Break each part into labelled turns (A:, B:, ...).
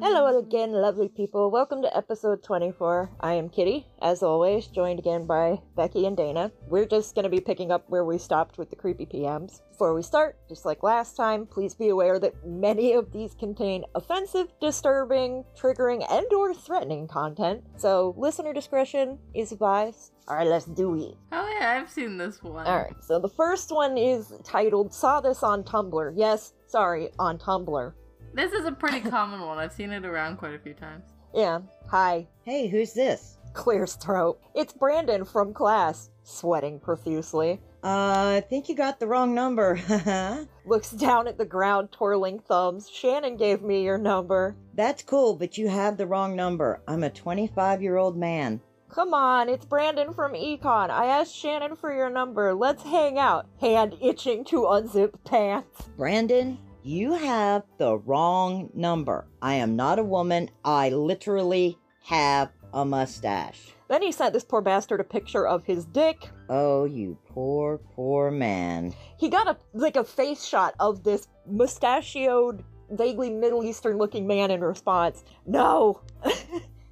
A: Hello again, lovely people. Welcome to episode 24. I am Kitty, as always, joined again by Becky and Dana. We're just going to be picking up where we stopped with the creepy PMs. Before we start, just like last time, please be aware that many of these contain offensive, disturbing, triggering, and or threatening content. So, listener discretion is advised. All right, let's do it.
B: Oh yeah, I've seen this one.
A: All right, so the first one is titled Saw This on Tumblr. Yes, sorry, on Tumblr.
B: This is a pretty common one. I've seen it around quite a few times.
A: Yeah, hi.
C: Hey, who's this?
A: Clears throat. It's Brandon from class, sweating profusely.
C: Uh, I think you got the wrong number.
A: Looks down at the ground, twirling thumbs. Shannon gave me your number.
C: That's cool, but you have the wrong number. I'm a 25 year old man.
A: Come on, it's Brandon from Econ. I asked Shannon for your number. Let's hang out. Hand itching to unzip pants.
C: Brandon, you have the wrong number. I am not a woman. I literally have a mustache.
A: Then he sent this poor bastard a picture of his dick.
C: Oh, you poor, poor man.
A: He got a like a face shot of this mustachioed, vaguely Middle Eastern looking man in response. No.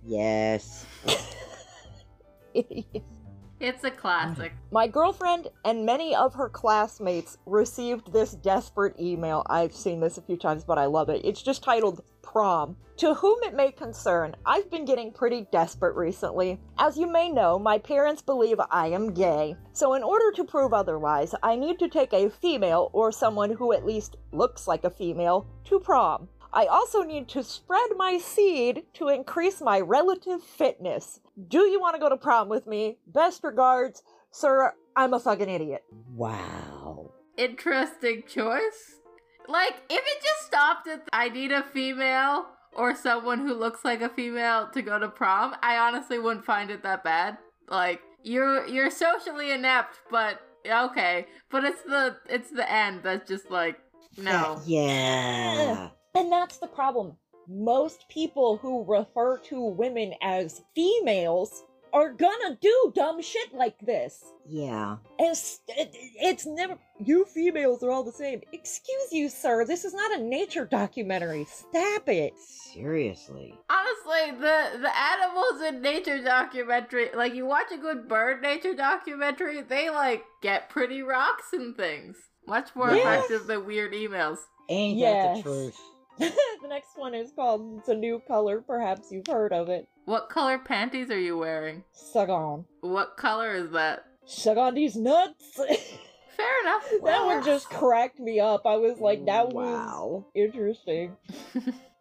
C: Yes.
B: It's a classic.
A: My girlfriend and many of her classmates received this desperate email. I've seen this a few times, but I love it. It's just titled Prom. To whom it may concern, I've been getting pretty desperate recently. As you may know, my parents believe I am gay. So, in order to prove otherwise, I need to take a female, or someone who at least looks like a female, to prom. I also need to spread my seed to increase my relative fitness. Do you want to go to prom with me? Best regards, sir. I'm a fucking idiot.
C: Wow.
B: Interesting choice. Like, if it just stopped at I need a female or someone who looks like a female to go to prom, I honestly wouldn't find it that bad. Like, you're you're socially inept, but okay. But it's the it's the end that's just like no.
C: Yeah.
A: And that's the problem. Most people who refer to women as females are gonna do dumb shit like this.
C: Yeah.
A: It's, it- it's never. You females are all the same. Excuse you, sir. This is not a nature documentary. Stop it.
C: Seriously.
B: Honestly, the the animals in nature documentary, like you watch a good bird nature documentary, they like get pretty rocks and things. Much more
A: Yes.
B: effective than weird emails.
C: Ain't
A: Yes.
C: that the truth?
A: the next one is called It's a New Color. Perhaps you've heard of it.
B: What color panties are you wearing?
A: Sagan.
B: What color is that?
A: Sagan these nuts.
B: Fair enough.
A: that one just cracked me up. I was like, that was
C: wow.
A: interesting.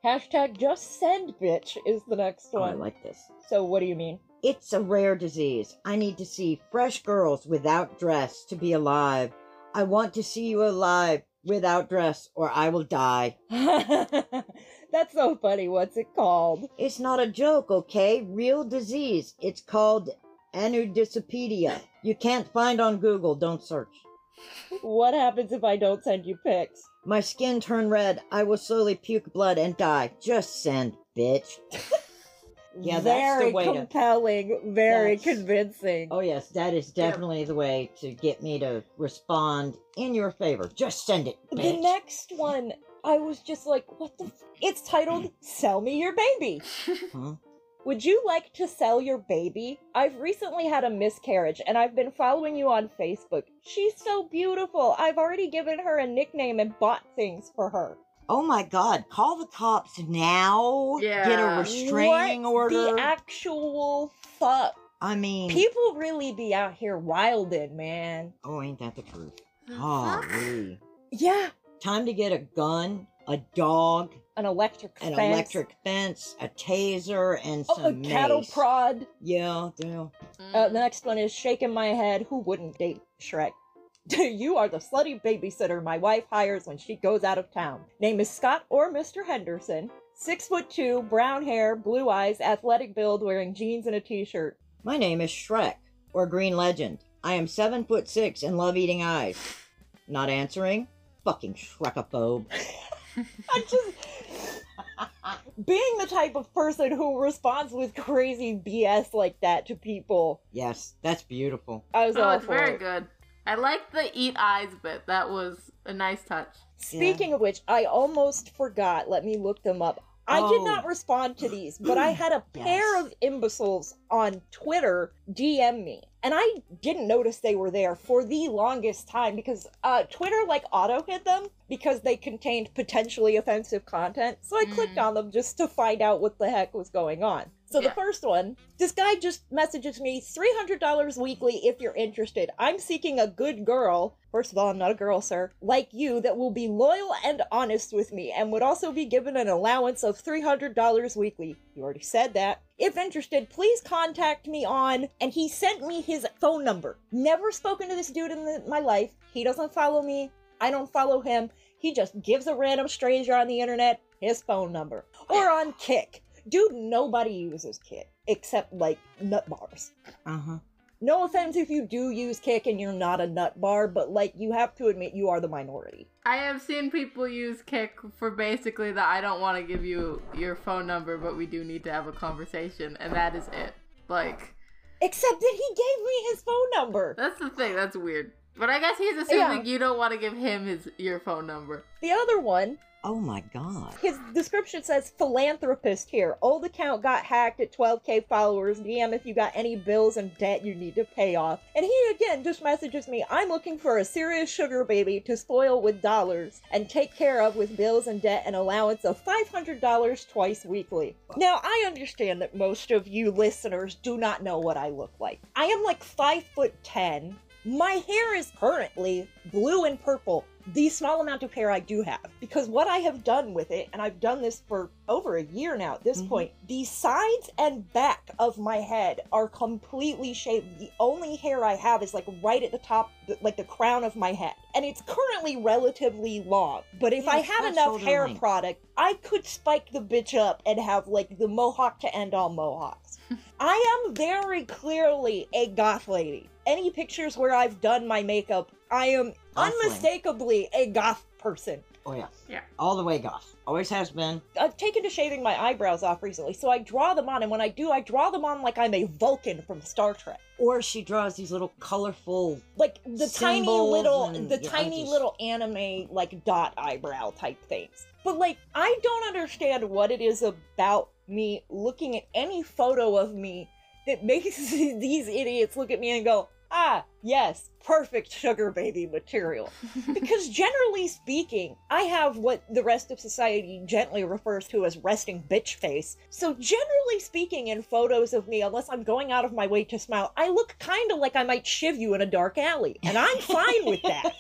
A: Hashtag just send bitch is the next
C: Oh, I
A: one.
C: like this.
A: so what do you mean?
C: It's a rare disease. I need to see fresh girls without dress to be alive. I want to see you alive without dress or I will die.
A: That's so funny. What's it called?
C: It's not a joke, okay? Real disease. It's called anudispedia. You can't find on Google, don't search.
A: What happens if I don't send you pics?
C: My skin turned red. I will slowly puke blood and die. Just send, bitch. Yeah, that's the
A: very
C: way to-
A: compelling, very
C: That's-
A: convincing.
C: Oh yes, that is
B: Yeah.
C: definitely the way to get me to respond in your favor. Just send it,
A: the
C: bitch.
A: next one, I was just like, what the? F-? It's titled "Sell Me Your Baby."
C: Huh?
A: Would you like to sell your baby? I've recently had a miscarriage and I've been following you on Facebook. She's so beautiful. I've already given her a nickname and bought things for her.
C: Oh my god, call the cops now. Get
B: Yeah.
C: a restraining
A: What
C: order.
A: The actual fuck.
C: I mean,
A: People really be out here wilding, man.
C: oh, ain't that the truth? Oh,
B: The fuck?
C: Holy.
A: Yeah.
C: Time to get a gun, a dog,
A: An electric
C: an
A: fence.
C: electric fence, a taser, and some
A: Oh, a cattle
C: mace.
A: prod.
C: Yeah, yeah.
A: Uh,
C: Mm-hmm.
A: the next one is shaking my head. Who wouldn't date Shrek? you are the slutty babysitter my wife hires when she goes out of town. Name is Scott or Mr. Henderson. Six foot two, brown hair, blue eyes, athletic build, wearing jeans and a t-shirt.
C: My name is Shrek, or Green Legend. I am seven foot six and love eating eyes. Not answering? Fucking Shrekophobe.
A: I just being the type of person who responds with crazy BS like that to people.
C: Yes, that's beautiful.
A: I was
B: oh,
A: all
B: it's
A: for
B: very
A: it.
B: good. I like the eat eyes bit. That was a nice touch.
A: Speaking of which, I almost forgot. Let me look them up. I did
C: Oh.
A: not respond to these, but I had a
C: Yes.
A: pair of imbeciles on Twitter DM me. And I didn't notice they were there for the longest time because uh, Twitter like auto hid them because they contained potentially offensive content. So I clicked
B: Mm.
A: on them just to find out what the heck was going on. So
B: Yeah.
A: the first one, this guy just messages me $300 weekly if you're interested. I'm seeking a good girl. First of all, I'm not a girl, sir. Like you, that will be loyal and honest with me and would also be given an allowance of $300 weekly. You already said that. If interested, please contact me on. And he sent me his phone number. Never spoken to this dude in the, my life. He doesn't follow me. I don't follow him. He just gives a random stranger on the internet his phone number or on Kick. Dude, nobody uses Kick except like nut bars.
C: Uh huh.
A: No offense if you do use Kick and you're not a nut bar, but like you have to admit you are the minority.
B: I have seen people use Kick for basically the I don't want to give you your phone number, but we do need to have a conversation, and that is it. Like,
A: Except that he gave me his phone number.
B: that's the thing, that's weird. But I guess he's assuming you don't want to give him his your phone number.
A: The other one,
C: Oh my god.
A: his description says philanthropist here. Old account got hacked at 12k followers. DM if you got any bills and debt you need to pay off. And he again just messages me, I'm looking for a serious sugar baby to spoil with dollars and take care of with bills and debt and allowance of $500 twice weekly. Now, I understand that most of you listeners do not know what I look like. I am like 5 foot 10. My hair is currently blue and purple. The small amount of hair I do have, because what I have done with it, and I've done this for over a year now at this
C: Mhm.
A: point, the sides and back of my head are completely shaved. The only hair I have is like right at the top, th- like the crown of my head. And it's currently relatively long, but if
C: Yeah,
A: I
C: it's
A: had
C: about
A: enough
C: shoulder
A: hair
C: length.
A: product, I could spike the bitch up and have like the mohawk to end all mohawks. I am very clearly a goth lady. Any pictures where I've done my makeup, I am
C: Goth lady.
A: unmistakably a goth person.
C: Oh yeah.
B: Yeah.
C: All the way goth. Always has been.
A: I've taken to shaving my eyebrows off recently, so I draw them on, and when I do, I draw them on like I'm a Vulcan from Star Trek.
C: Or she draws these little colorful.
A: Like the tiny
C: Symbols
A: little,
C: and-
A: the
C: yeah, I
A: tiny
C: just-
A: little anime like dot eyebrow type things. But like, I don't understand what it is about me looking at any photo of me that makes these idiots look at me and go, ah, yes, perfect sugar baby material. because generally speaking, I have what the rest of society gently refers to as resting bitch face. So generally speaking, in photos of me, unless I'm going out of my way to smile, I look kind of like I might shiv you in a dark alley, and I'm fine with that.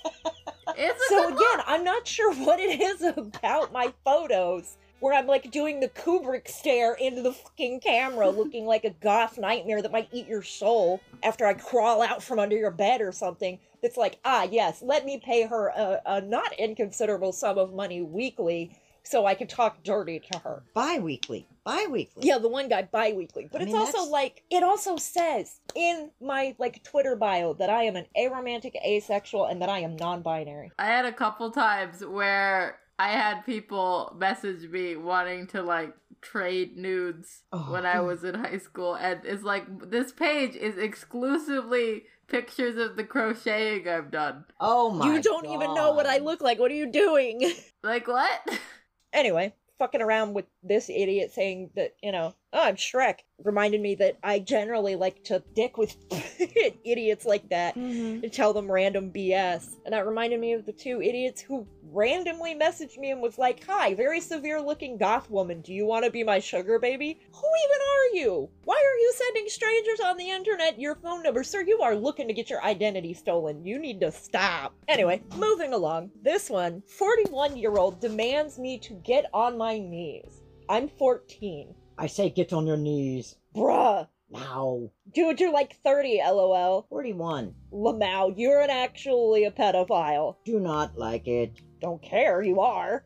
B: It's a
A: So
B: good look.
A: again, I'm not sure what it is about my photos where I'm like doing the Kubrick stare into the fucking camera, looking like a goth nightmare that might eat your soul after I crawl out from under your bed or something. That's like, ah, yes, let me pay her a, a not inconsiderable sum of money weekly so I can talk dirty to her.
C: Bi weekly. Bi weekly.
A: Yeah, the one guy bi-weekly. But
C: I
A: it's
C: mean,
A: also
C: that's-
A: like it also says in my like Twitter bio that I am an aromantic, asexual, and that I am non-binary.
B: I had a couple times where I had people message me wanting to like trade nudes
C: Oh.
B: when I was in high school, and it's like this page is exclusively pictures of the crocheting I've done.
C: Oh my.
A: you don't even know what I
C: God.
A: look like. What are you doing?
B: Like what?
A: anyway, fucking around with this idiot saying that, you know, oh, I'm Shrek reminded me that I generally like to dick with idiots like that and tell them random BS. And that reminded me of the two idiots who randomly messaged me and was like, Hi, very severe looking goth woman, do you want to be my sugar baby? Who even are you? Why are you sending strangers on the internet your phone number? Sir, you are looking to get your identity stolen. You need to stop. Anyway, moving along. This one 41 year old demands me to get on my knees. I'm 14.
C: I say get on your knees
A: Bruh.
C: now.
A: Dude, you're like 30, lol.
C: 41.
A: Lamau, you're an actually a pedophile.
C: Do not like it.
A: Don't care, you are.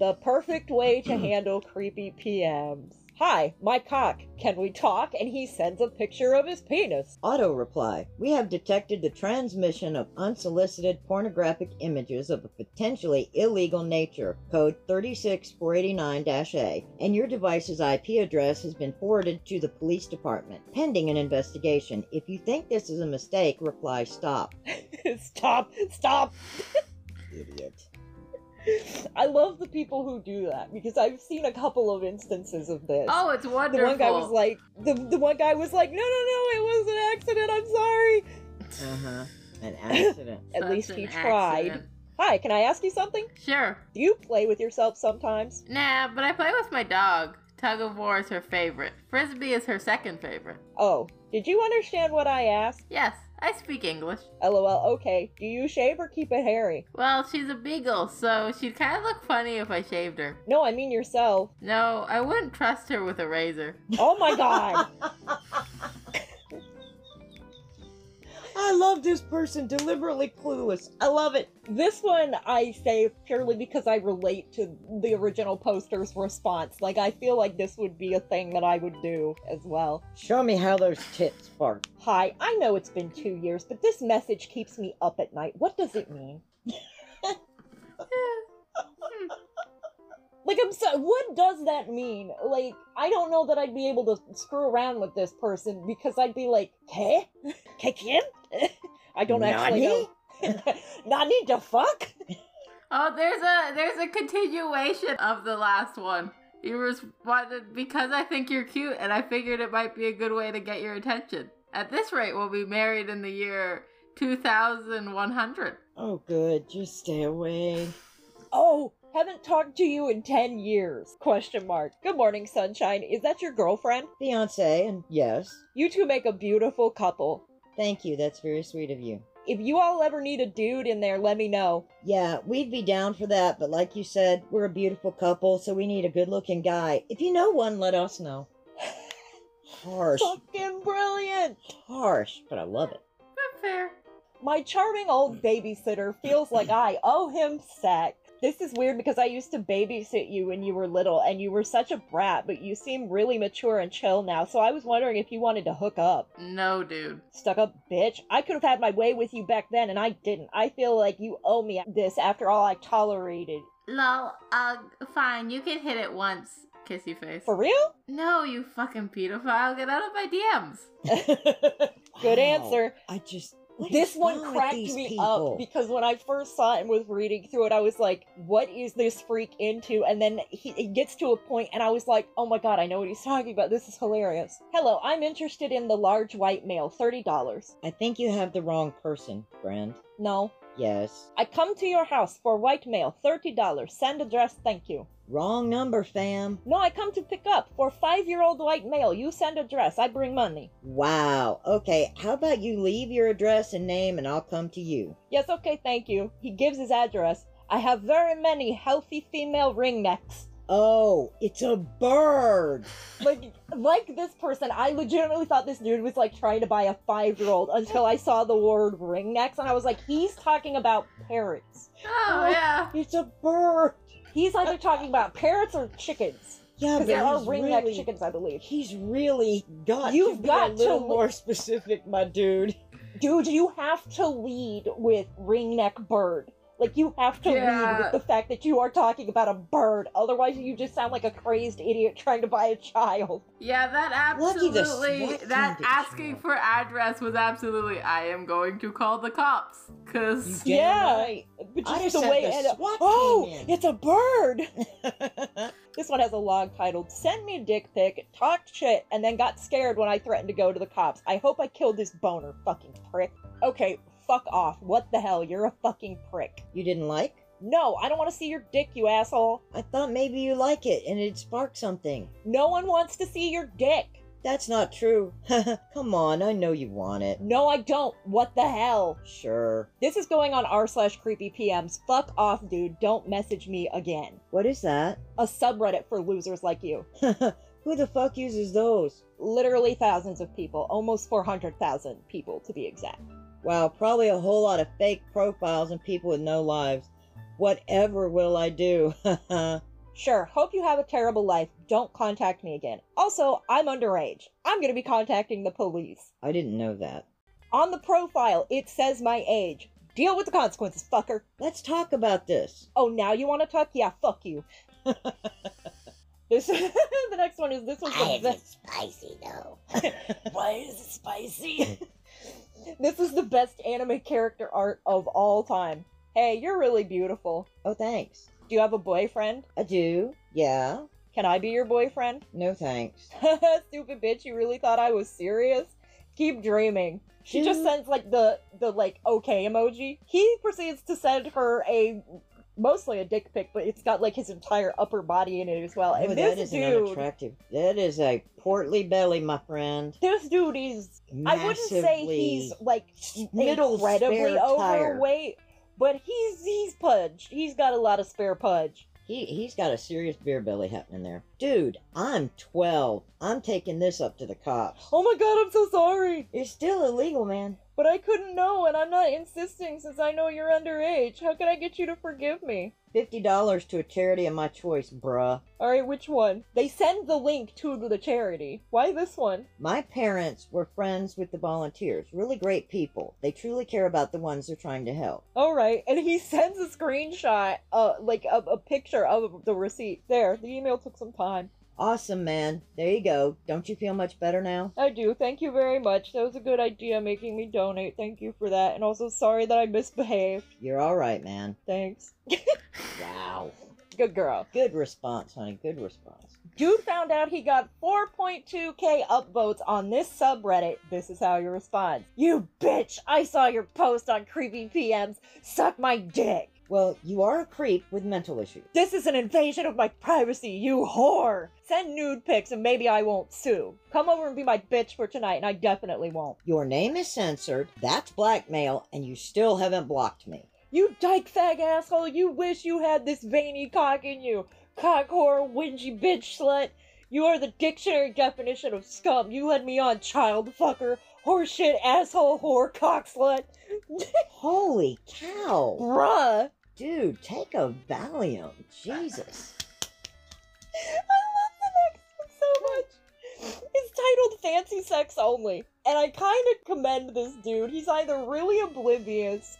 A: The perfect way to handle creepy PMs. Hi, my cock. Can we talk? And he sends a picture of his penis.
C: Auto reply. We have detected the transmission of unsolicited pornographic images of a potentially illegal nature, code 36489-A, and your device's IP address has been forwarded to the police department, pending an investigation. If you think this is a mistake, reply stop.
A: stop, stop.
C: Idiot.
A: I love the people who do that because I've seen a couple of instances of this.
B: Oh, it's
A: the
B: wonderful.
A: one guy was like, the, the one guy was like, no, no, no, it was an accident. I'm sorry.
C: Uh huh. An accident.
A: At
B: Such
A: least
B: an
A: he tried.
B: accident.
A: Hi, can I ask you something?
B: Sure.
A: Do you play with yourself sometimes?
B: Nah, but I play with my dog. Tug of war is her favorite. Frisbee is her second favorite.
A: Oh, did you understand what I asked?
B: Yes, I speak English.
A: LOL. Okay. Do you shave or keep it hairy?
B: Well, she's a beagle, so she'd kind of look funny if I shaved her.
A: No, I mean yourself.
B: No, I wouldn't trust her with a razor.
A: Oh my god.
C: I love this person, deliberately clueless. I love it.
A: This one I say purely because I relate to the original poster's response. Like, I feel like this would be a thing that I would do as well.
C: Show me how those tits bark.
A: Hi, I know it's been two years, but this message keeps me up at night. What does it mean?
B: Eh,
A: Like, I'm so. What does that mean? Like, I don't know that I'd be able to screw around with this person because I'd be like, "Hey, kick him." I don't actually know. Nani the fuck?
B: Oh, there's a there's a continuation of the last one. You responded because I think you're cute, and I figured it might be a good way to get your attention. At this rate, we'll be married in the year 2100.
C: Oh, good. Just stay away.
A: Oh, haven't talked to you in ten years? Question mark. Good morning, sunshine. Is that your girlfriend?
C: Beyonce, and yes.
A: You two make a beautiful couple.
C: Thank you. That's very sweet of you.
A: If you all ever need a dude in there, let me know.
C: Yeah, we'd be down for that, but like you said, we're a beautiful couple, so we need a good looking guy. If you know one, let us know. Harsh.
A: Fucking brilliant.
C: Harsh, but I love it.
B: Not fair.
A: My charming old babysitter feels like I owe him sex. This is weird because I used to babysit you when you were little and you were such a brat, but you seem really mature and chill now, so I was wondering if you wanted to hook up.
B: No, dude.
A: Stuck up bitch. I could have had my way with you back then and I didn't. I feel like you owe me this after all I tolerated.
B: Lol, uh, fine, you can hit it once. Kissy face.
A: For real?
B: no, you fucking pedophile, get out of my DMs.
A: Good
C: Wow.
A: answer.
C: I just. what
A: This
C: is
A: one
C: wrong with
A: cracked
C: these
A: me
C: people?
A: up because when I first saw it and was reading through it, I was like, what is this freak into? And then he, it gets to a point and I was like, oh my god, I know what he's talking about. This is hilarious. Hello, I'm interested in the large white male, $30.
C: I think you have the wrong person, friend.
A: No.
C: Yes.
A: I come to your house for white male, $30. Send address, thank you.
C: Wrong number, fam.
A: No, I come to pick up for five year old white male. You send address, I bring money.
C: Wow. Okay, how about you leave your address and name and I'll come to you?
A: Yes, okay, thank you. He gives his address. I have very many healthy female ring necks.
C: Oh, it's a bird.
A: like like this person, I legitimately thought this dude was like trying to buy a five year old until I saw the word ring necks and I was like, he's talking about parrots.
B: Oh, yeah.
C: It's a bird.
A: He's either talking about parrots or chickens.
C: Yeah,
A: Because
C: but
A: there are
C: he's
A: ring neck
C: really,
A: chickens, I believe.
C: He's really got.
A: You've
C: to be
A: got
C: a
A: to
C: little
A: li-
C: more specific, my dude.
A: Dude, you have to lead with ring neck bird. Like you have to lead
B: Yeah.
A: with the fact that you are talking about a bird. Otherwise you just sound like a crazed idiot trying to buy a child.
B: Yeah, that
C: Lucky the
B: absolutely,
C: SWAT team
B: that
C: didn't show
B: asking
C: up.
B: for address was absolutely, I am going to call the cops.
C: You
B: Cause,
C: damn
A: Yeah.
C: right.
A: But
C: I
A: just
C: just
A: the
C: had
A: way
C: the
A: and
C: SWAT
A: Oh,
C: team in.
A: it's a bird. This one has a log titled Send Me a Dick Pic, Talked Shit, and then Got Scared When I Threatened to Go to the Cops. I hope I killed this boner, fucking prick. Okay, fuck off. What the hell? You're a fucking prick.
C: you didn't like?
A: No, I don't want to see your dick, you asshole.
C: I thought maybe you like it and it sparked something.
A: No one wants to see your dick.
C: That's not true. Come on, I know you want it.
A: No, I don't. What the hell?
C: Sure.
A: This is going on r slash creepy PMs. Fuck off, dude. Don't message me again.
C: What is that?
A: A subreddit for losers like you.
C: Who the fuck uses those?
A: Literally thousands of people, almost 400,000 people to be exact.
C: Wow, probably a whole lot of fake profiles and people with no lives. Whatever will I do?
A: Sure, hope you have a terrible life. Don't contact me again. Also, I'm underage. I'm gonna be contacting the police.
C: I didn't know that.
A: On the profile, it says my age. Deal with the consequences, fucker.
C: Let's talk about this.
A: Oh, now you wanna talk? Yeah, fuck you. this the next one is this one's the best.
C: spicy though.
A: Why is it spicy? this is the best anime character art of all time. Hey, you're really beautiful.
C: Oh, thanks.
A: Do you have a boyfriend?
C: I do. Yeah.
A: Can I be your boyfriend?
C: No thanks.
A: Stupid bitch, you really thought I was serious? Keep dreaming. She just
C: Dude.
A: sends like the the like okay emoji. He proceeds to send her a mostly a dick pic, but it's got like his entire upper body in it as well. And
C: Oh, that
A: this
C: is
A: dude,
C: an unattractive. That is a portly belly, my friend.
A: this dude is I wouldn't say he's
C: Massively.
A: like
C: middle
A: incredibly
C: spare tire.
A: overweight, but he's he's pudged. He's got a lot of spare pudge.
C: He he's got a serious beer belly happening there, dude. I'm 12. I'm taking this up to the cops.
A: Oh my god, I'm so sorry.
C: You're still illegal, man.
A: But I couldn't know, and I'm not insisting since I know you're underage. How can I get you to forgive me?
C: Fifty dollars to a charity of my choice, bruh.
A: Alright, which one? They send the link to the charity. Why this one?
C: My parents were friends with the volunteers. Really great people. They truly care about the ones they're trying to help.
A: Alright, and he sends a screenshot, uh, like a, a picture of the receipt. There, the email took some time.
C: Awesome, man. There you go. Don't you feel much better now?
A: I do, thank you very much. That was a good idea making me donate. Thank you for that, and also sorry that I misbehaved.
C: You're all right, man.
A: Thanks.
C: Wow.
A: Good girl.
C: Good response, honey. Good response.
A: Dude found out he got 4.2k upvotes on this subreddit. This is how you respond. You bitch! I saw your post on creepy PMs. Suck my dick.
C: Well, you are a creep with mental issues.
A: This is an invasion of my privacy, you whore! Send nude pics and maybe I won't sue. Come over and be my bitch for tonight and I definitely won't.
C: Your name is censored. That's blackmail, and you still haven't blocked me.
A: You dyke fag asshole, you wish you had this veiny cock in you. Cock whore, whingy bitch slut. You are the dictionary definition of scum. You led me on, child fucker, horseshit, asshole, whore, cock slut.
C: Holy cow.
A: Bruh.
C: Dude, take a Valium. Jesus.
A: I love the next one so much. It's titled Fancy Sex Only. And I kind of commend this dude. He's either really oblivious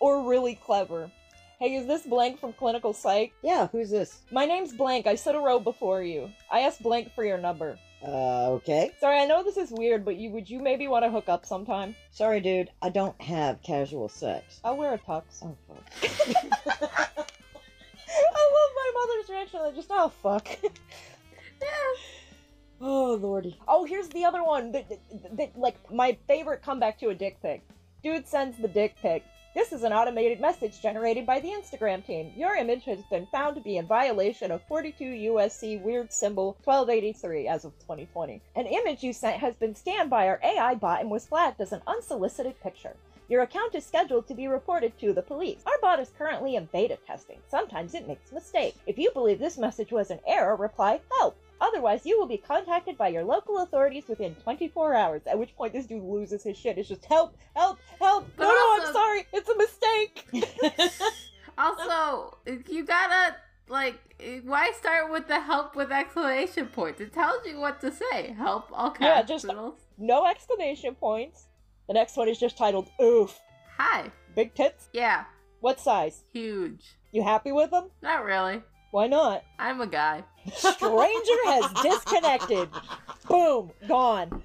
A: or really clever. Hey, is this blank from Clinical Psych?
C: Yeah, who's this?
A: My name's blank. I sit a row before you. I asked blank for your number.
C: Uh, okay.
A: Sorry, I know this is weird, but you would you maybe want to hook up sometime?
C: Sorry, dude. I don't have casual sex.
A: I'll wear a tux.
C: Oh, fuck.
A: I love my mother's reaction. Like, just oh fuck.
C: Oh, lordy.
A: Oh, here's the other one. That, that, that- like my favorite comeback to a dick pic. Dude sends the dick pic. This is an automated message generated by the Instagram team. Your image has been found to be in violation of 42 USC weird symbol 1283 as of 2020. An image you sent has been scanned by our AI bot and was flagged as an unsolicited picture. Your account is scheduled to be reported to the police. Our bot is currently in beta testing. Sometimes it makes mistakes. If you believe this message was an error, reply help. Otherwise, you will be contacted by your local authorities within 24 hours. At which point, this dude loses his shit. It's just help, help, help.
B: But
A: no, no, I'm
B: also-
A: sorry. It's a mistake.
B: Also, you gotta like why start with the help with exclamation points? It tells you what to say. Help all
A: Yeah,
B: capitals.
A: just- no exclamation points. The next one is just titled Oof.
B: Hi.
A: Big tits.
B: Yeah.
A: What size?
B: Huge.
A: You happy with them?
B: Not really.
A: Why not?
B: I'm a guy.
A: Stranger has disconnected. Boom. Gone.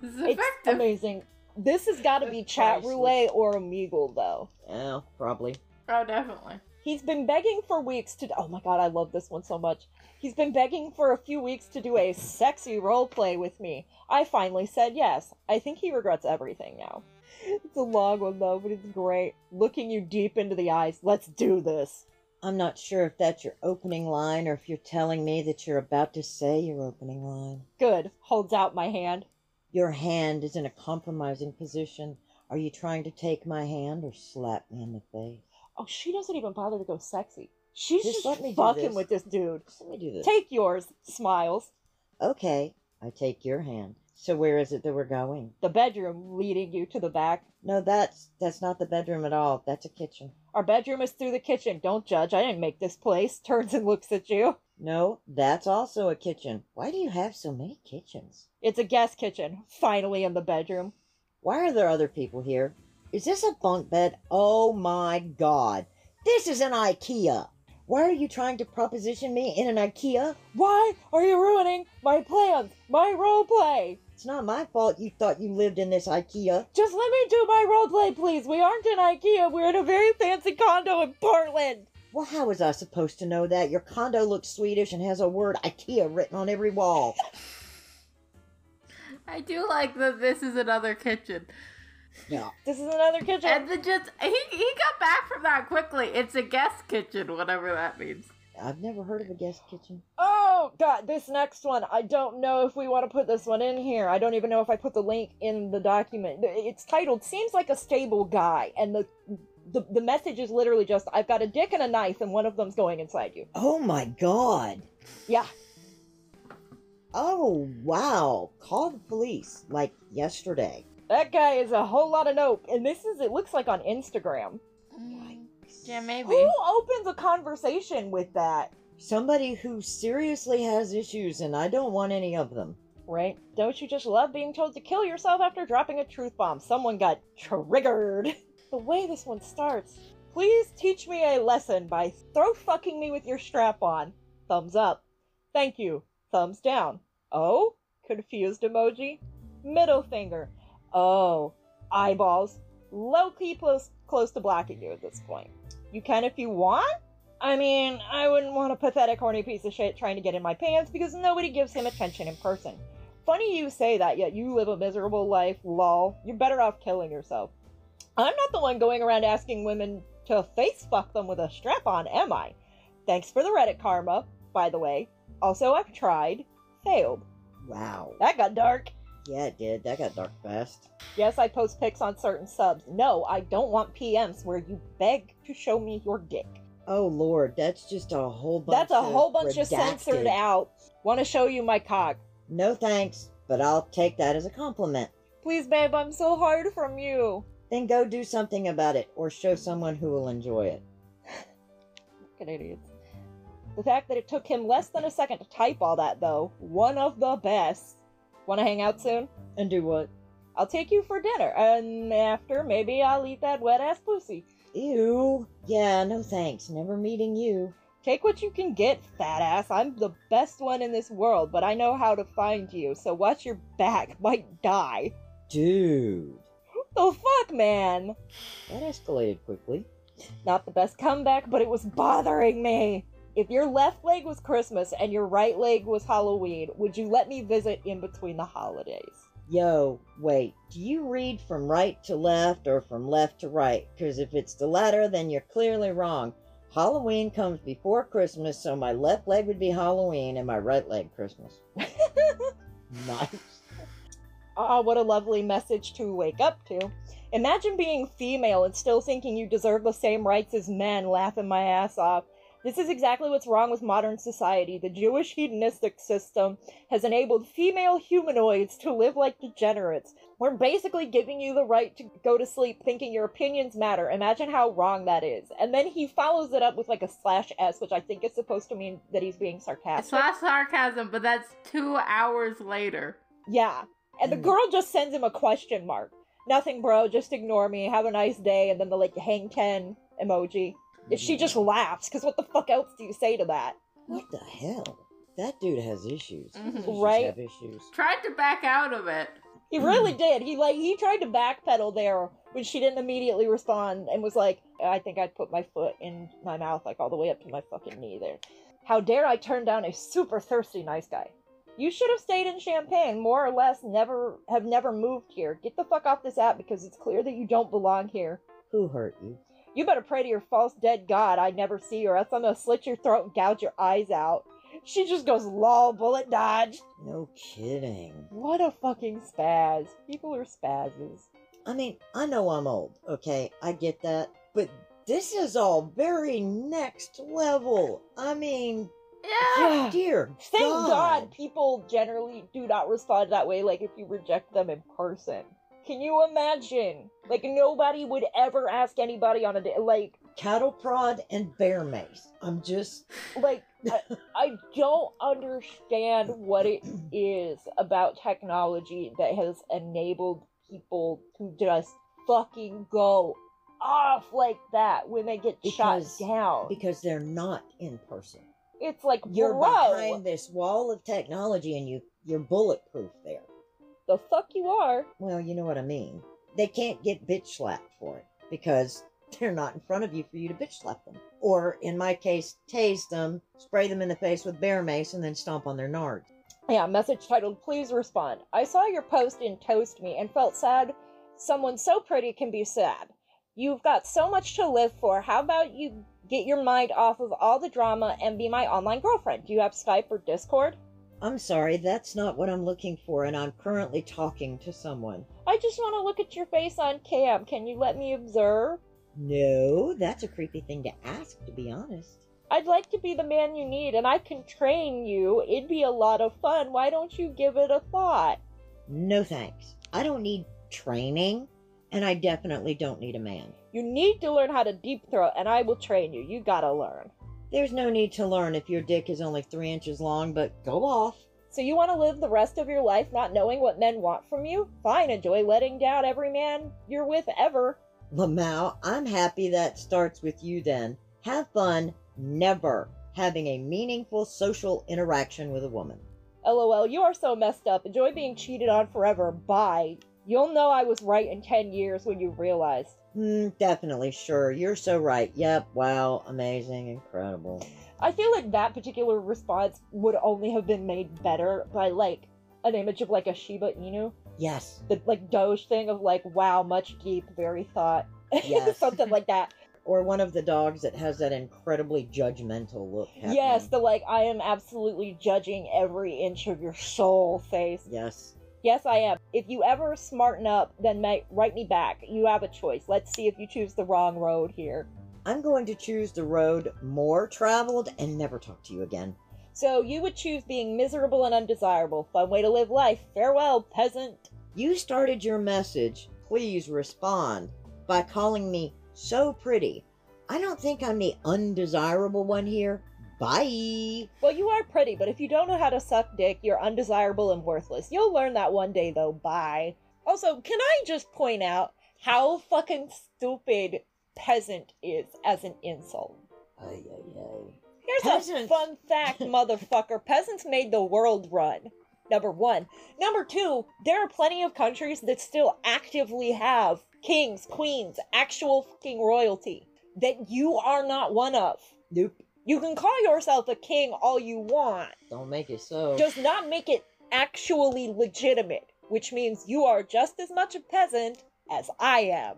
B: This is
A: It's
B: effective.
A: amazing. This has got to be
C: That's
A: chat
C: priceless.
A: roulette or Omegle though.
C: Oh, probably.
B: oh, definitely.
A: He's been begging for weeks to. Oh my god, I love this one so much. He's been begging for a few weeks to do a sexy roleplay with me. I finally said yes. I think he regrets everything now. It's a long one though, but it's great. Looking you deep into the eyes. Let's do this.
C: I'm not sure if that's your opening line or if you're telling me that you're about to say your opening line.
A: Good. Holds out my hand.
C: Your hand is in a compromising position. Are you trying to take my hand or slap me in the face?
A: Oh, she doesn't even bother to go sexy. She's
C: Just
A: just,
C: let me do
A: fucking
C: this.
A: with this dude.
C: Just let me do this.
A: Take yours. Smiles.
C: okay, I take your hand. So where is it that we're going?
A: The bedroom leading you to the back.
C: No, that's that's not the bedroom at all. That's a kitchen.
A: Our bedroom is through the kitchen. Don't judge. I didn't make this place. Turns and looks at you.
C: No, that's also a kitchen. Why do you have so many kitchens?
A: It's a guest kitchen. Finally in the bedroom.
C: Why are there other people here? Is this a bunk bed? Oh my god. This is an IKEA. Why are you trying to proposition me in an IKEA?
A: Why are you ruining my plans? My role play.
C: It's not my fault you thought you lived in this IKEA.
A: Just let me do my role play, please. We aren't in IKEA. We're in a very fancy condo in Portland.
C: Well, how was I supposed to know that? Your condo looks Swedish and has a word IKEA written on every wall.
B: I do like that this is another kitchen.
C: Yeah.
A: This is another kitchen.
B: And the just he he got back from that quickly. It's a guest kitchen, whatever that means.
C: I've never heard of a guest kitchen.
A: Oh god, this next one. I don't know if we want to put this one in here. I don't even know if I put the link in the document. It's titled "Seems Like a Stable Guy," and the the, the message is literally just, "I've got a dick and a knife, and one of them's going inside you."
C: Oh my god.
A: Yeah.
C: Oh wow. Call the police like yesterday.
A: That guy is a whole lot of nope, and this is it looks like on Instagram.
B: Yeah, maybe.
A: Who opens a conversation with that?
C: Somebody who seriously has issues and I don't want any of them.
A: Right? Don't you just love being told to kill yourself after dropping a truth bomb? Someone got triggered. The way this one starts. Please teach me a lesson by throw fucking me with your strap on. Thumbs up. Thank you. Thumbs down. Oh? Confused emoji. Middle finger. Oh. Eyeballs. Low key close, close to blocking you at this point. You can if you want? I mean, I wouldn't want a pathetic, horny piece of shit trying to get in my pants because nobody gives him attention in person. Funny you say that, yet you live a miserable life, lol. You're better off killing yourself. I'm not the one going around asking women to face fuck them with a strap on, am I? Thanks for the Reddit karma, by the way. Also, I've tried, failed.
C: Wow.
A: That got dark.
C: Yeah, it did. That got dark fast.
A: Yes, I post pics on certain subs. No, I don't want PMs where you beg to show me your dick.
C: Oh lord, that's just a whole bunch.
A: That's a whole bunch of
C: redacted-
A: censored out. Want to show you my cock.
C: No thanks, but I'll take that as a compliment.
A: Please, babe, I'm so hard from you.
C: Then go do something about it or show someone who will enjoy it.
A: Fucking idiots. The fact that it took him less than a second to type all that, though, one of the best. Want to hang out soon?
C: And do what?
A: I'll take you for dinner, and after, maybe I'll eat that wet ass pussy.
C: Ew. Yeah, no thanks. Never meeting you.
A: Take what you can get, fat ass. I'm the best one in this world, but I know how to find you, so watch your back. Might die.
C: Dude.
A: The fuck, man?
C: That escalated quickly.
A: Not the best comeback, but it was bothering me. If your left leg was Christmas and your right leg was Halloween, would you let me visit in between the holidays?
C: Yo, wait. Do you read from right to left or from left to right? Because if it's the latter, then you're clearly wrong. Halloween comes before Christmas, so my left leg would be Halloween and my right leg Christmas. nice.
A: Ah, what a lovely message to wake up to. Imagine being female and still thinking you deserve the same rights as men, laughing my ass off. This is exactly what's wrong with modern society. The Jewish hedonistic system has enabled female humanoids to live like degenerates. We're basically giving you the right to go to sleep thinking your opinions matter. Imagine how wrong that is. And then he follows it up with like a slash S, which I think is supposed to mean that he's being sarcastic.
B: Slash sarcasm, but that's two hours later.
A: Yeah. And the
C: Mm.
A: girl just sends him a question mark. Nothing, bro. Just ignore me. Have a nice day. And then the like hang ten emoji. And
C: Mm.
A: She just laughs because what the fuck else do you say to that?
C: What the hell? That dude has issues.
B: Mhm.
C: Fishes
A: Mm-hmm. Right.
C: Have issues.
B: Tried to back out of it.
A: He really did. He like he tried to backpedal there when she didn't immediately respond and was like, "I think I'd put my foot in my mouth like all the way up to my fucking knee there." How dare I turn down a super thirsty nice guy? You should have stayed in Champagne, more or less. Never have never moved here. Get the fuck off this app because it's clear that you don't belong here.
C: Who hurt you?
A: You better pray to your false dead god I never see you, or else I'm gonna slit your throat and gouge your eyes out. She just goes, lol, bullet dodge.
C: No kidding.
A: What a fucking spaz. People are spazzes.
C: I mean, I know I'm old, okay? I get that. But this is all very next level. I mean,
B: Yeah.
C: dear.
A: Ah, Thank God people generally do not respond that way, like if you reject them in person. Can you imagine? Like, nobody would ever ask anybody on a date. Like,
C: Cattle prod and bear mace. I'm just.
A: like I, I don't understand what it is about technology that has enabled people to just fucking go off like that when they get
C: Because-
A: shot down.
C: Because they're not in person.
A: it's like,
C: You're
A: bro,
C: behind this wall of technology and you, you're bulletproof there.
A: the fuck you are.
C: Well, you know what I mean. They can't get bitch slapped for it because They're not in front of you for you to bitch slap them. Or in my case, tase them, spray them in the face with bear mace, and then stomp on their nards.
A: Yeah, message titled Please Respond. I saw your post in Toast Me and felt sad. Someone so pretty can be sad. You've got so much to live for. How about you get your mind off of all the drama and be my online girlfriend? Do you have Skype or Discord?
C: I'm sorry, that's not what I'm looking for, and I'm currently talking to someone.
A: I just want to look at your face on cam. Can you let me observe?
C: No, that's a creepy thing to ask, to be honest.
A: I'd like to be the man you need and I can train you. It'd be a lot of fun. Why don't you give it a thought?
C: No thanks. I don't need training, and I definitely don't need a man.
A: You need to learn how to deep throat and I will train you. You gotta learn.
C: There's no need to learn if your dick is only three inches long, but go off.
A: So you want to live the rest of your life not knowing what men want from you? Fine, enjoy letting down every man you're with ever.
C: Lamau, I'm happy that starts with you then. Have fun never having a meaningful social interaction with a woman.
A: LOL, you are so messed up. Enjoy being cheated on forever. Bye. You'll know I was right in 10 years when you realized.
C: Hmm, definitely, sure. You're so right. Yep, wow, amazing, incredible.
A: I feel like that particular response would only have been made better by like an image of like a Shiba Inu,
C: Yes,
A: the like Doge thing of like, wow, much deep, very thought.
C: Yes.
A: Something like that.
C: or one of the dogs that has that incredibly judgmental look. Happening.
A: Yes, the like, I am absolutely judging every inch of your soul face.
C: Yes.
A: Yes, I am. If you ever smarten up, then ma- write me back. You have a choice. Let's see if you choose the wrong road here.
C: I'm going to choose the road more traveled and never talk to you again.
A: So you would choose being miserable and undesirable. Fun way to live life. Farewell, peasant.
C: You started your message, please respond, by calling me so pretty. I don't think I'm the undesirable one here. Bye.
A: Well, you are pretty, but if you don't know how to suck dick, you're undesirable and worthless. You'll learn that one day, though. Bye. Also, can I just point out how fucking stupid peasant is as an insult?
C: Ay, ay, ay.
A: Here's a
C: Peasants.
A: fun fact, motherfucker. Peasants made the world run. Number one. Number two, there are plenty of countries that still actively have kings, queens, actual fucking royalty that you are not one of.
C: Nope.
A: You can call yourself a king all you want,
C: Don't make it so.
A: does not make it actually legitimate, which means you are just as much a peasant as I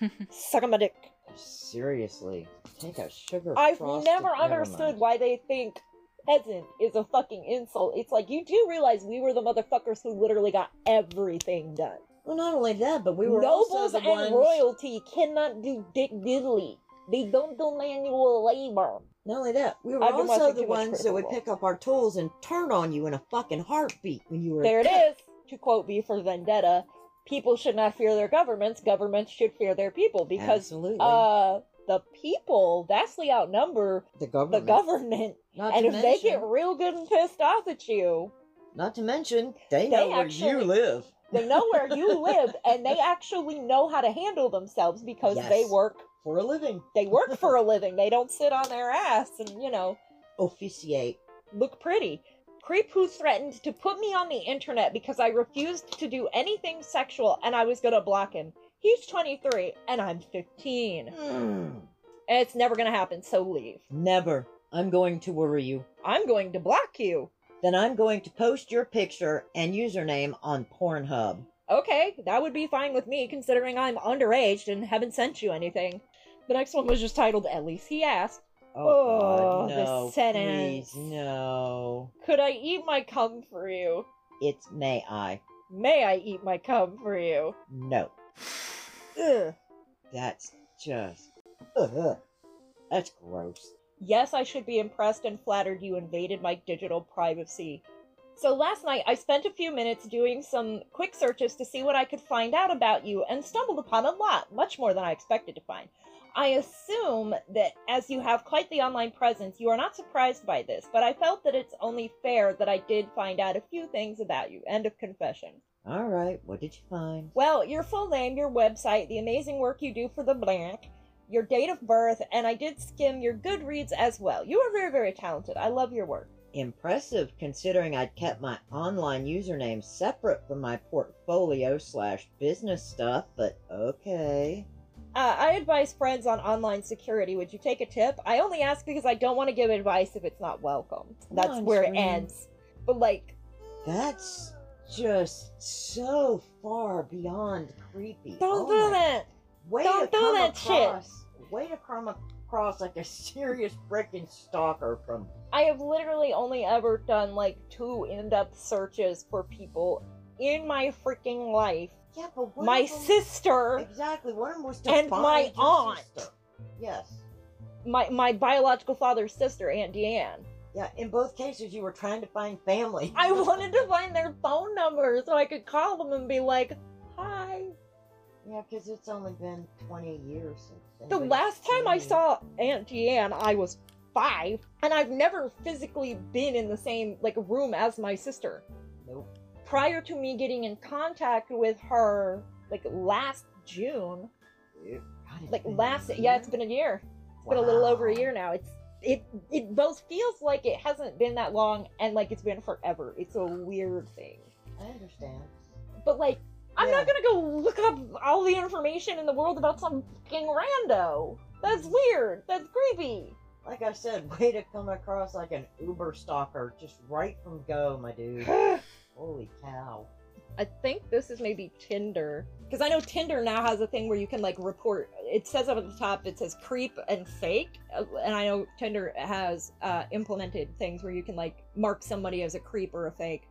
A: am. Suck on my dick.
C: Seriously. Take a sugar.
A: I've
C: frosted-
A: never
C: never mind.
A: understood why they think peasant is a fucking insult. It's like you do realize we were the motherfuckers who literally got everything done.
C: Well, not only that, but we were also
A: Nobles
C: the
A: and
C: ones.
A: royalty cannot do dick diddly. They don't do manual labor.
C: Not only that, we were
A: I've been
C: also
A: watching
C: the
A: too much
C: ones that would
A: Critical
C: pick up our tools and turn on you in a fucking heartbeat when you were.
A: There it is. To quote V for Vendetta, people should not fear their governments. Governments should fear their people because
C: Absolutely.
A: uh the people vastly outnumber
C: the
A: the
C: government.
A: government,
C: Not
A: and
C: to
A: if
C: mention,
A: they get real good and pissed off at you,
C: not to mention, they know where you
A: actually-
C: live.
A: They know where you live, and they actually know how to handle themselves because they
C: Yes.
A: work.
C: for a living.
A: They work for a living. They don't sit on their ass and you know
C: Officiate.
A: look pretty. Creep who threatened to put me on the internet because I refused to do anything sexual and I was gonna block him. He's 23 and I'm 15. And it's never gonna happen, so leave.
C: Never. I'm going to worry you.
A: I'm going to block you.
C: Then I'm going to post your picture and username on Pornhub.
A: Okay, that would be fine with me considering I'm underage and haven't sent you anything. The next one was just titled At least he asked. Oh,
C: Oh, God,
A: the
C: no.
A: sentence.
C: Please, no.
A: Could I eat my cum for you?
C: It's may I.
A: May I eat my cum for you?
C: No.
A: Ugh.
C: That's just. Ugh. That's gross.
A: Yes, I should be impressed and flattered you invaded my digital privacy. So last night, I spent a few minutes doing some quick searches to see what I could find out about you and stumbled upon a lot, much more than I expected to find. I assume that as you have quite the online presence, you are not surprised by this, but I felt that it's only fair that I did find out a few things about you. End of confession.
C: All right, what did you find?
A: Well, your full name, your website, the amazing work you do for the blank, your date of birth, and I did skim your Goodreads as well. You are very, very talented. I love your work.
C: Impressive considering I'd kept my online username separate from my portfolio slash business stuff, but okay.
A: Uh, I advise friends on online security. Would you take a tip? I only ask because I don't want to give advice if it's not welcome. That's
C: on,
A: where it
C: Shereen.
A: ends. But like,
C: That's just so far beyond creepy.
A: don't
C: Oh
A: do
C: my
A: that.
C: Way
A: Don't
C: to
A: do
C: come
A: that shit.
C: across, Way to come across like a serious freaking stalker from.
A: I have literally only ever done like two in-depth searches for people in my freaking life.
C: Yeah, but one
A: my
C: of them-
A: sister,
C: Exactly, one of them was to
A: And
C: find
A: my
C: your
A: aunt.
C: sister. Yes.
A: my my biological father's sister, Aunt Deanne.
C: Yeah, in both cases, you were trying to find family.
A: I wanted to find their phone number so I could call them and be like, "Hi."
C: Yeah, because it's only been 20 years since.
A: The
C: anybody's
A: last time I
C: seen you.
A: saw Aunt Deanne, I was five, and I've never physically been in the same like room as my sister.
C: Nope.
A: Prior to me getting in contact with her, like last June,
C: Ew. God, it's
A: like
C: been a
A: last yeah, it's
C: year?
A: been a year. It's been a little over a
C: Wow.
A: year now. It's it it both feels like it hasn't been that long and like it's been forever. It's a weird thing.
C: I understand.
A: But like I'm not
C: Yeah.
A: gonna go look up all the information in the world about some fucking rando. That's weird. That's creepy.
C: Like I said, way to come across like an uber stalker just right from go, my dude. Holy cow.
A: I think this is maybe Tinder. Because I know Tinder now has a thing where you can like report. It says up at the top, it says creep and fake. uh, And I know Tinder has uh, implemented things where you can like mark somebody as a creep or a fake.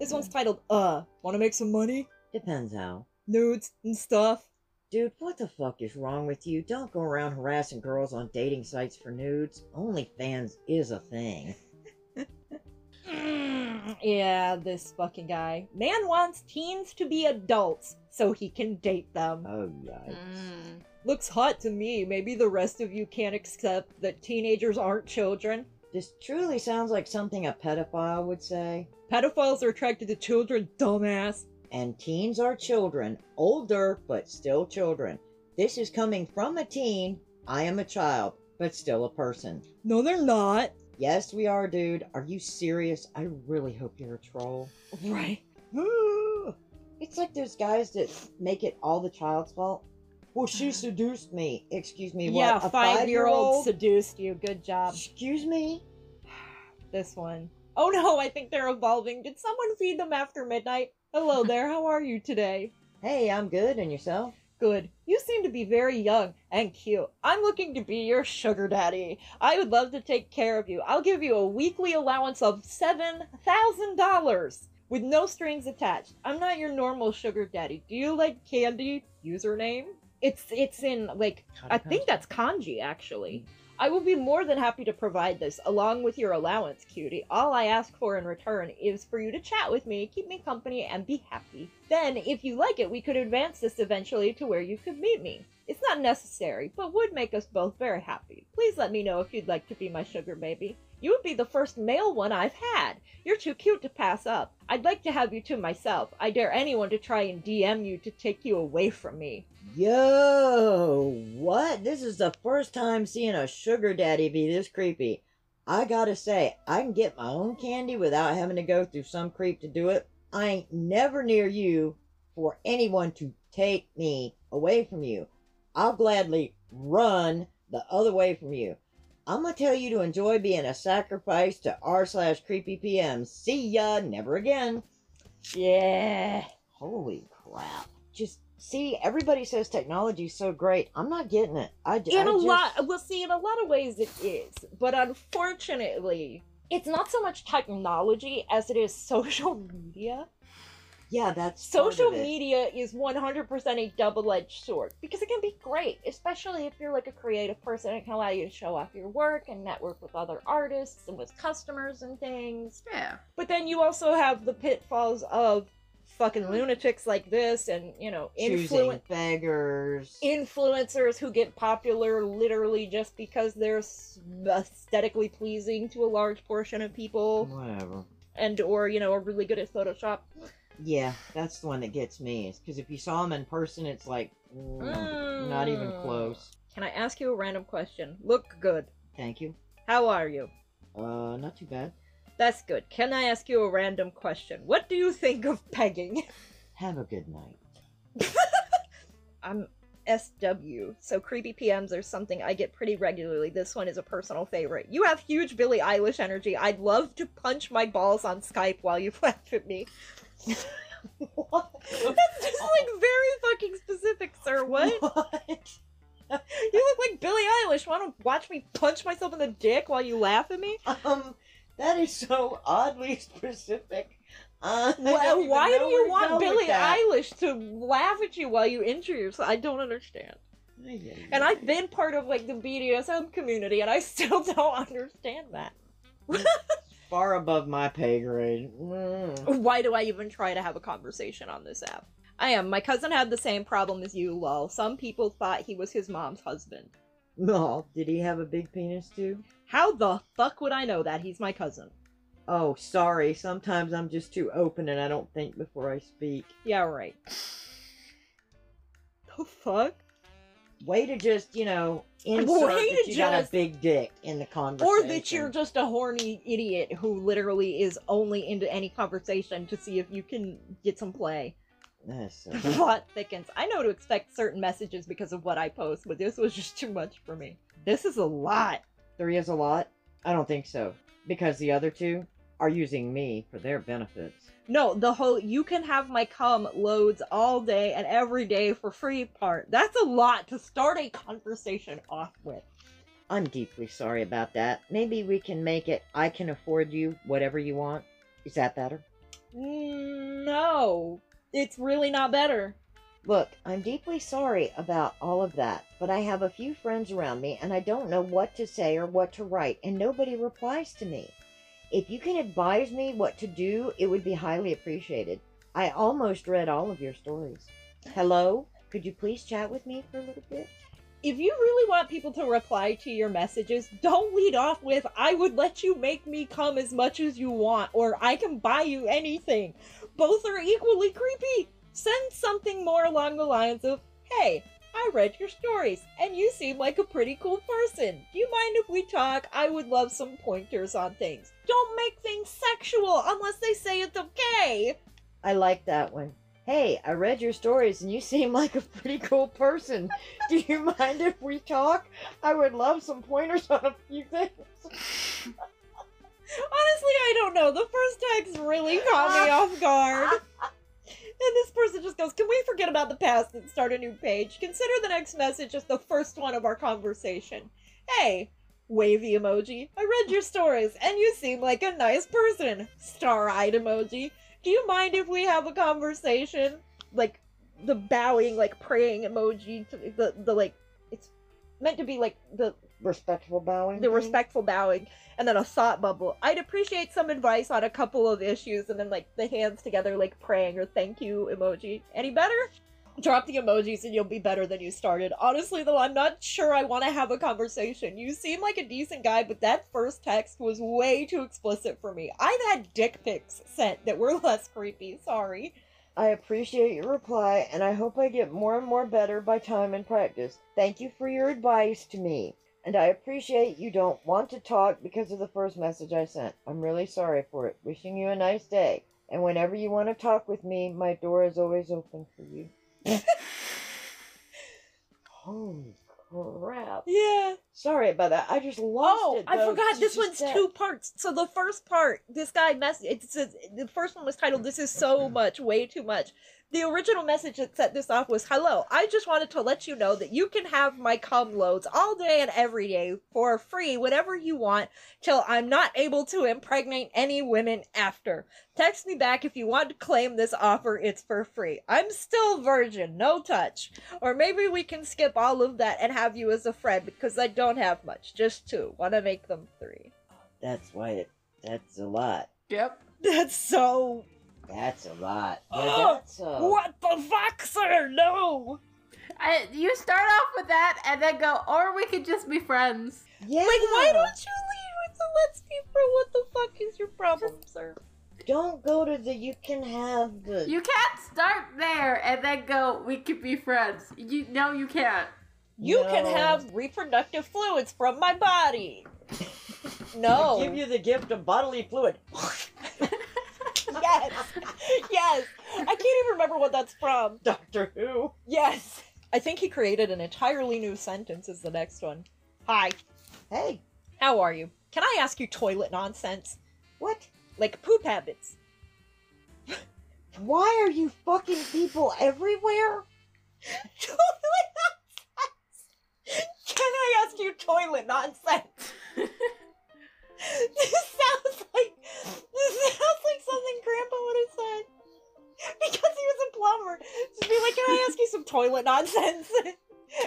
A: This one's titled, uh, wanna make some money?
C: Depends how.
A: Nudes and stuff.
C: Dude, what the fuck is wrong with you? Don't go around harassing girls on dating sites for nudes. OnlyFans is a thing.
B: Mm.
A: Yeah, this fucking guy. Man wants teens to be adults so he can date them.
C: Oh, yikes.
B: Mm.
A: Looks hot to me. Maybe the rest of you can't accept that teenagers aren't children.
C: This truly sounds like something a pedophile would say.
A: Pedophiles are attracted to children, dumbass.
C: And teens are children, older but still children. This is coming from a teen. I am a child, but still a person.
A: No, they're not.
C: Yes, we are, dude. Are you serious? I really hope you're a troll.
A: Right.
C: it's like those guys that make it all the child's fault. Well, she seduced me. Excuse me.
A: yeah,
C: what, a
A: five-year-old
C: five-year-old?
A: seduced you. Good job.
C: Excuse me.
A: This one. Oh no, I think they're evolving. Did someone feed them after midnight? Hello there. How are you today?
C: Hey, I'm good. And yourself?
A: Good. You seem to be very young and cute. I'm looking to be your sugar daddy. I would love to take care of you. I'll give you a weekly allowance of $7,000 with no strings attached. I'm not your normal sugar daddy. Do you like candy? Username? It's it's in like I think that's kanji actually. I will be more than happy to provide this along with your allowance, cutie. All I ask for in return is for you to chat with me, keep me company, and be happy. Then, if you like it, we could advance this eventually to where you could meet me. It's not necessary, but would make us both very happy. Please let me know if you'd like to be my sugar baby. You would be the first male one I've had. You're too cute to pass up. I'd like to have you to myself. I dare anyone to try and DM you to take you away from me.
C: Yo, what? This is the first time seeing a sugar daddy be this creepy. I gotta say, I can get my own candy without having to go through some creep to do it. I ain't never near you for anyone to take me away from you. I'll gladly run the other way from you. I'm gonna tell you to enjoy being a sacrifice to r slash creepy PM. See ya, never again.
A: Yeah.
C: Holy crap. Just see, everybody says technology's so great. I'm not getting it. I, d-
A: in
C: I
A: a
C: just-
A: lot well see in a lot of ways it is but unfortunately it's not so much technology as it is social media
C: Yeah, that's part of
A: social
C: it.
A: media is 100% a double-edged sword because it can be great especially if you're like a creative person it can allow you to show off your work and network with other artists and with customers and things
B: Yeah.
A: but then you also have the pitfalls of fucking lunatics like this and you know influence
C: Choosing beggars.
A: influencers who get popular literally just because they're s- aesthetically pleasing to a large portion of people
C: Whatever.
A: and or you know are really good at photoshop
C: Yeah, that's the one that gets me. Is because if you saw him in person, it's like, mm, not even
A: Mm.
C: close.
A: can i ask you a random question look good
C: Thank you.
A: how are you
C: Uh, not too bad.
A: that's good can i ask you a random question what do you think of pegging
C: Have a good night.
A: i'm SW. So creepy PMs are something I get pretty regularly. This one is a personal favorite. You have huge Billie Eilish energy. I'd love to punch my balls on Skype while you laugh at me.
C: What?
A: That's just like very fucking specific, sir. What?
C: What?
A: You look like Billie Eilish. Why don't watch me punch myself in the dick while you laugh at me?
C: Um, that is so oddly specific. Uh, I
A: Why,
C: don't even
A: why
C: know
A: do
C: where
A: you
C: to go
A: want
C: with
A: Billie
C: that.
A: Eilish to laugh at you while you injure yourself? I don't understand.
C: Ay, ay,
A: And
C: ay.
A: I've been part of like the BDSM community, and I still don't understand that.
C: far above my pay grade. Mm.
A: Why do I even try to have a conversation on this app? I am. My cousin had the same problem as you, lol. Some people thought he was his mom's husband.
C: No, Oh, did he have a big penis too?
A: How the fuck would I know that? He's my cousin.
C: Oh, sorry. Sometimes I'm just too open and I don't think before I speak.
A: Yeah, right. The fuck?
C: Way to just, you know, insert
A: Way
C: that
A: to
C: you got a
A: just-
C: big dick in the conversation.
A: Or that you're just a horny idiot who literally is only into any conversation to see if you can get some play.
C: That's so-
A: The plot thickens. I know to expect certain messages because of what I post, but this was just too much for me. This is a lot.
C: Three is a lot? I don't think so. Because the other two are using me for their benefits.
A: No, the whole you can have my cum loads all day and every day for free part. That's a lot to start a conversation off with.
C: I'm deeply sorry about that. Maybe we can make it I can afford you whatever you want. Is that better?
A: Mm, No, it's really not better.
C: Look, I'm deeply sorry about all of that, but I have a few friends around me and I don't know what to say or what to write, and nobody replies to me. If you can advise me what to do, it would be highly appreciated. I almost read all of your stories. Hello? Could you please chat with me for a little bit?
A: If you really want people to reply to your messages, don't lead off with, I would let you make me cum as much as you want, or I can buy you anything. Both are equally creepy. Send something more along the lines of, hey, I read your stories, and you seem like a pretty cool person. Do you mind if we talk? I would love some pointers on things. Don't make things sexual unless they say it's okay.
C: I like that one. Hey, I read your stories and you seem like a pretty cool person. Do you mind if we talk? I would love some pointers on a few things.
A: Honestly, I don't know. The first text really caught me off guard. And this person just goes, Can we forget about the past and start a new page? Consider the next message as the first one of our conversation. Hey, wavy emoji. I read your stories and you seem like a nice person. Star eyed emoji. Do you mind if we have a conversation? Like the bowing, like praying emoji. To the, the like, it's meant to be like the
C: Respectful bowing.
A: the
C: thing?
A: respectful bowing and then a thought bubble i'd appreciate some advice on a couple of issues and then like the hands together like praying or thank you emoji any better drop the emojis and you'll be better than you started honestly though i'm not sure i want to have a conversation you seem like a decent guy but that first text was way too explicit for me i've had dick pics sent that were less creepy sorry
C: I appreciate your reply, and I hope I get more and more better by time and practice. Thank you for your advice to me, and I appreciate you don't want to talk because of the first message I sent. I'm really sorry for it. Wishing you a nice day, and whenever you want to talk with me, my door is always open for you. Holy crap.
A: yeah
C: Sorry about that. I just lost
A: Oh,
C: it.
A: I
C: though.
A: forgot.
C: She
A: This
C: just
A: one's
C: said-
A: two parts. So the first part, this guy mess. It says the first one was titled "This is so much, way too much." The original message that set this off was "Hello, I just wanted to let you know that you can have my cum loads all day and every day for free, whenever you want, till I'm not able to impregnate any women after. Text me back if you want to claim this offer. It's for free. I'm still virgin, no touch. Or maybe we can skip all of that and have you as a friend because I don't have much, just two. Want to make them three.
C: That's why it. That's a lot.
B: Yep.
A: That's so.
C: That's a lot. Yeah,
A: Oh,
C: that's a-
A: What the fuck, sir? No!
B: I, you start off with that and then go, or we could just be friends.
C: Yeah.
A: Like, why don't you lead with the let's be for what the fuck is your problem, sir?
C: Don't go to the you can have the
B: You can't start there and then go, we could be friends. You No, you can't.
A: You can
C: No.
A: have reproductive fluids from my body. No.
C: give you the gift of bodily fluid.
A: yes. Yes. I can't even remember what that's from.
C: Doctor Who.
A: Yes. I think he created an entirely new sentence is the next one. Hi,
C: Hey,
A: how are you? Can I ask you toilet nonsense?
C: what?
A: Like poop habits.
C: Why are you fucking people everywhere?
A: toilet nonsense. Can I ask you toilet nonsense? this sounds like this sounds like something Grandpa would have said because he was a plumber. Just be like, can I ask you some toilet nonsense?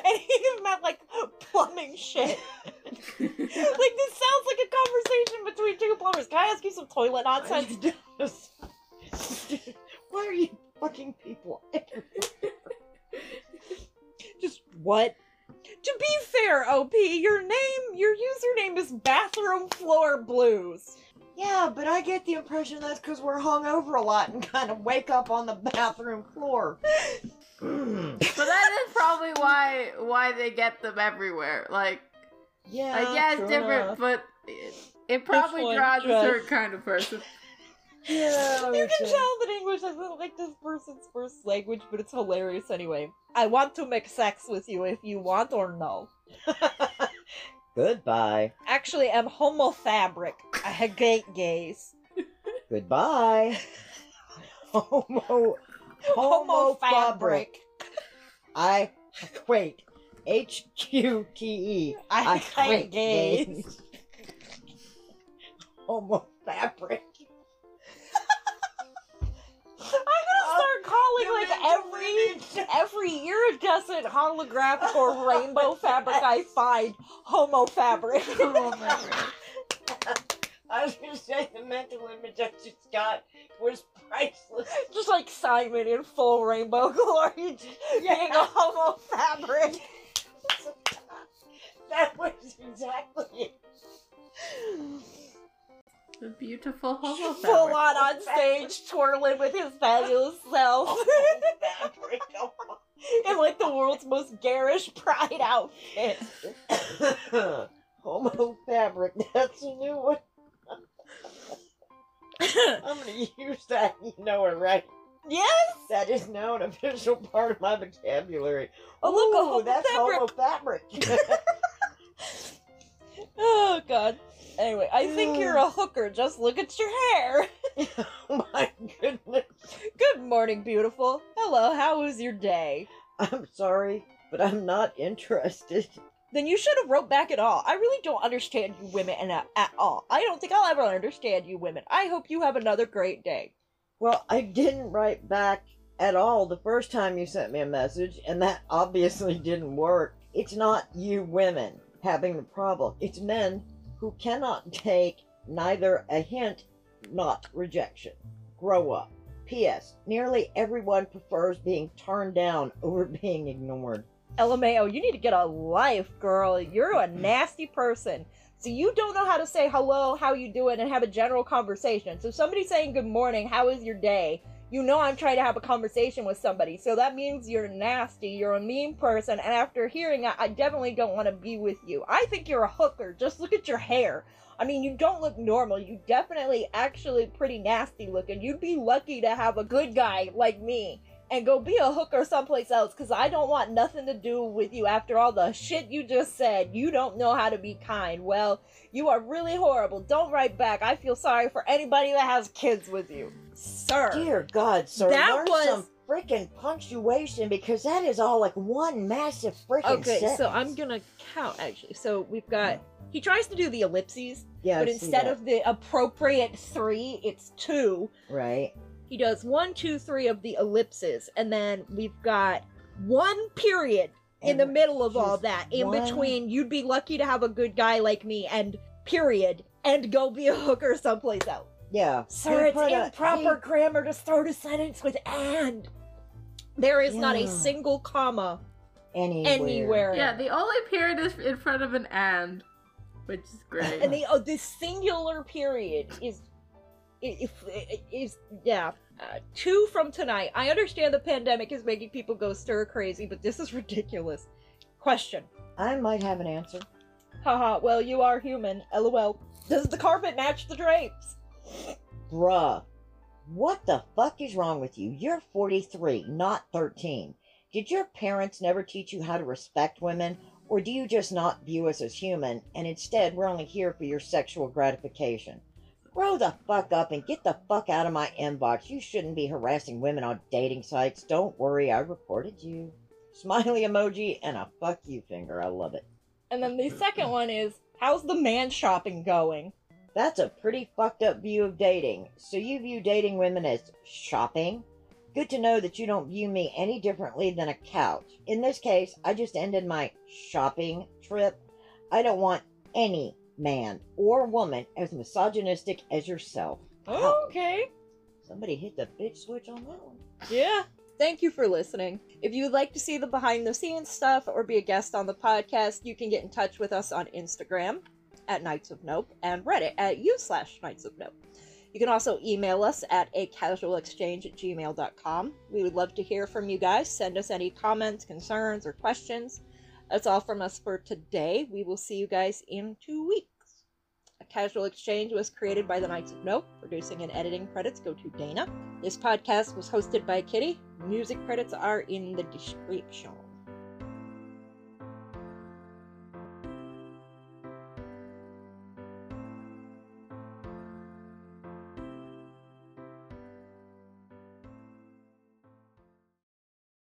A: And he meant like plumbing shit. like this sounds like a conversation between two plumbers. Can I ask you some toilet nonsense?
C: Why are you fucking people everywhere?
A: Just what? To be fair, OP, your name, your username is bathroom floor blues.
C: Yeah, but I get the impression that's because we're hung over a lot and kind of wake up on the bathroom floor. Mm.
B: But that is probably why why they get them everywhere. Like,
C: yeah,
A: Oh,
B: like yeah, it's
C: true
B: different,
C: enough.
B: but it, it probably
A: one
B: draws a
A: does.
B: certain kind of person.
C: Yeah,
A: You
C: Richard.
A: can tell that English isn't like this person's first language, but it's hilarious anyway. I want to make sex with you if you want or no.
C: Goodbye.
A: Actually, I'm homophabric. I hate gays.
C: Goodbye. Homo. Homophobic. I. Wait. H Q T E.
A: I hate
C: hate
A: gays.
C: Homo fabric.
A: I'm gonna start calling like every every iridescent holographic or rainbow fabric I find homo fabric.
B: Oh,
C: I was gonna say the mental image I just got was priceless.
A: Just like Simon in full rainbow glory, just being a homo fabric.
C: That was exactly it.
B: The beautiful
A: full
B: homo fabric.
A: on on stage twirling with his fabulous self
C: Homo fabric.
A: in like the world's most garish pride outfit.
C: Homo- Homo fabric. That's a new one. I'm gonna use that. You know it, right?
A: yes!
C: That is now an official part of my vocabulary.
A: Oh, look, a homo
C: Ooh, that's
A: fabric.
C: homo fabric.
A: Oh god. Anyway, I think you're a hooker. Just look at your hair.
C: oh my goodness.
A: Good morning, beautiful. Hello, how was your day?
C: I'm sorry, but I'm not interested.
A: Then you should have wrote back at all. I really don't understand you women and at, at all. I don't think I'll ever understand you women. I hope you have another great day.
C: Well, I didn't write back at all the first time you sent me a message, and that obviously didn't work. It's not you women having the problem, it's men who cannot take neither a hint not rejection. Grow up. P.S. Nearly everyone prefers being turned down over being ignored.
A: LMAO, you need to get a life, girl. You're a nasty person. So you don't know how to say hello, how you doing, and have a general conversation. So somebody saying good morning, how is your day? You know I'm trying to have a conversation with somebody. So that means you're nasty, you're a mean person, and after hearing that, I definitely don't want to be with you. I think you're a hooker. Just look at your hair. I mean, you don't look normal. You definitely actually pretty nasty looking. You'd be lucky to have a good guy like me and go be a hooker someplace else because I don't want nothing to do with you after all the shit you just said. You don't know how to be kind. Well, you are really horrible. Don't write back. I feel sorry for anybody that has kids with you. Sir.
C: Dear God, sir,
A: That
C: learn
A: was-
C: some freaking punctuation because that is all like one massive freaking
A: okay, so
C: sentence.
A: I'm gonna count actually. So we've got he tries to do the ellipses,
C: Yeah,
A: but
C: I see
A: instead
C: that.
A: of the appropriate three, it's two.
C: right.
A: He does one, two, three of the ellipses, and then we've got one period in
C: And
A: the middle of all
C: just
A: that, in
C: one-
A: between, you'd be lucky to have a good guy like me, and period, and go be a hooker someplace else.
C: Yeah.
A: Sir,
C: He
A: it's
C: put a-
A: improper grammar to start a sentence with and. There is not a
C: Yeah.
A: single comma
C: he- anywhere.
A: anywhere.
B: Yeah, the only period is in front of an and, which is great.
A: and the oh, this singular period is i- if i- is yeah uh, two from tonight i understand the pandemic is making people go stir crazy but this is ridiculous question
C: I might have an answer.
A: haha well you are human lol does the carpet match the drapes
C: Bruh, what the fuck is wrong with you? You're 43, not 13. Did your parents never teach you how to respect women? Or do you just not view us as human and instead we're only here for your sexual gratification? Grow the fuck up and get the fuck out of my inbox. You shouldn't be harassing women on dating sites. Don't worry, I reported you. Smiley emoji and a fuck you finger. I love it.
A: And then the second one is how's the man shopping going?
C: That's a pretty fucked up view of dating. So you view dating women as shopping? Good to know that you don't view me any differently than a couch. In this case, I just ended my shopping trip. I don't want any man or woman as misogynistic as yourself.
A: okay.
C: Somebody hit the bitch switch on that one.
A: Yeah. Thank you for listening. If you would like to see the behind the scenes stuff or be a guest on the podcast, you can get in touch with us on Instagram at Knights of Nope and Reddit at u slash Knights of Nope. You can also email us at a casual exchange at gmail.com. We would love to hear from you guys. Send us any comments, concerns, or questions. That's all from us for today. We will see you guys in two weeks. A Casual Exchange was created by the Knights of Nope. Producing and editing credits go to Dana. This podcast was hosted by Kitty. Music credits are in the description.